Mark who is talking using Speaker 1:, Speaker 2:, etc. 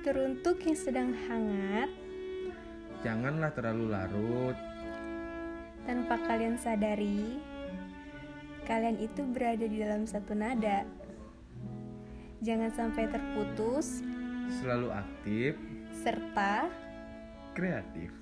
Speaker 1: Teruntuk yang sedang hangat,
Speaker 2: Janganlah terlalu larut,
Speaker 1: tanpa kalian sadari, kalian itu berada di dalam satu nada. Jangan sampai terputus,
Speaker 2: selalu aktif,
Speaker 1: serta
Speaker 2: kreatif.